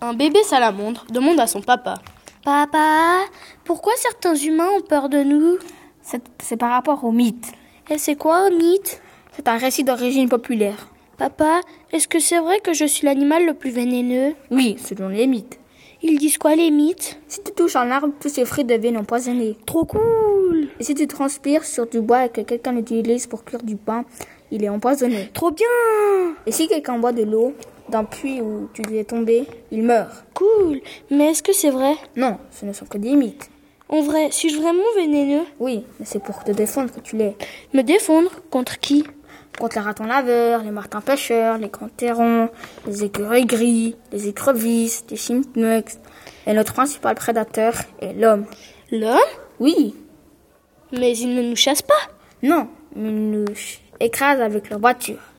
Un bébé salamandre demande à son papa. Papa, pourquoi certains humains ont peur de nous C'est c'est par rapport au mythe. Et c'est quoi un mythe C'est un récit d'origine populaire. Papa, est-ce que c'est vrai que je suis l'animal le plus vénéneux Oui, selon les mythes. Ils disent quoi les mythes Si tu touches un arbre, tous ses fruits deviennent empoisonnés. Trop cool Et si tu transpires sur du bois et que quelqu'un l'utilise pour cuire du pain, il est empoisonné. Trop bien Et si quelqu'un boit de l'eau d'un puits où tu lui es tombé, il meurt. Cool Mais est-ce que c'est vrai Non, ce ne sont que des mythes. En vrai, suis-je vraiment vénéneux Oui, mais c'est pour te défendre que tu l'es. Me défendre Contre qui Contre les ratons laveurs, les martins pêcheurs, les grands terrons, les écureuils gris, les écrevisses, les chipmunks. Et notre principal prédateur est l'homme. L'homme Oui, Mais il ne nous chasse pas. non, mais ils nous écrasent avec leur voiture.